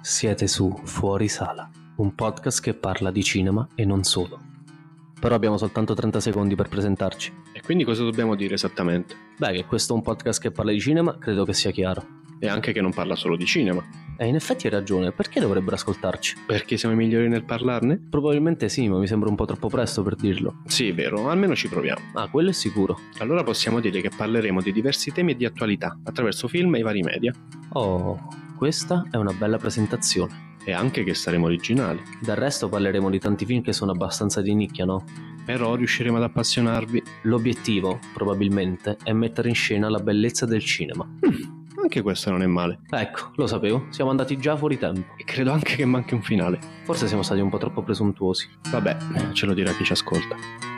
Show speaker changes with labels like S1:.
S1: Siete su Fuori Sala, un podcast che parla di cinema e non solo. Però abbiamo soltanto 30 secondi per presentarci.
S2: E quindi cosa dobbiamo dire esattamente?
S1: Beh, che questo è un podcast che parla di cinema, credo che sia chiaro.
S2: E anche che non parla solo di cinema.
S1: E in effetti hai ragione, perché dovrebbero ascoltarci?
S2: Perché siamo i migliori nel parlarne?
S1: Probabilmente sì, ma mi sembra un po' troppo presto per dirlo.
S2: Sì, è vero, almeno ci proviamo.
S1: Ah, quello è sicuro.
S2: Allora possiamo dire che parleremo di diversi temi di attualità attraverso film e i vari media.
S1: Oh, questa è una bella presentazione.
S2: E anche che saremo originali.
S1: Del resto parleremo di tanti film che sono abbastanza di nicchia, no?
S2: Però riusciremo ad appassionarvi.
S1: L'obiettivo, probabilmente, è mettere in scena la bellezza del cinema.
S2: Anche questo non è male.
S1: Ecco, lo sapevo, siamo andati già fuori tempo.
S2: E credo anche che manchi un finale.
S1: Forse siamo stati un po' troppo presuntuosi.
S2: Vabbè, ce lo dirà chi ci ascolta.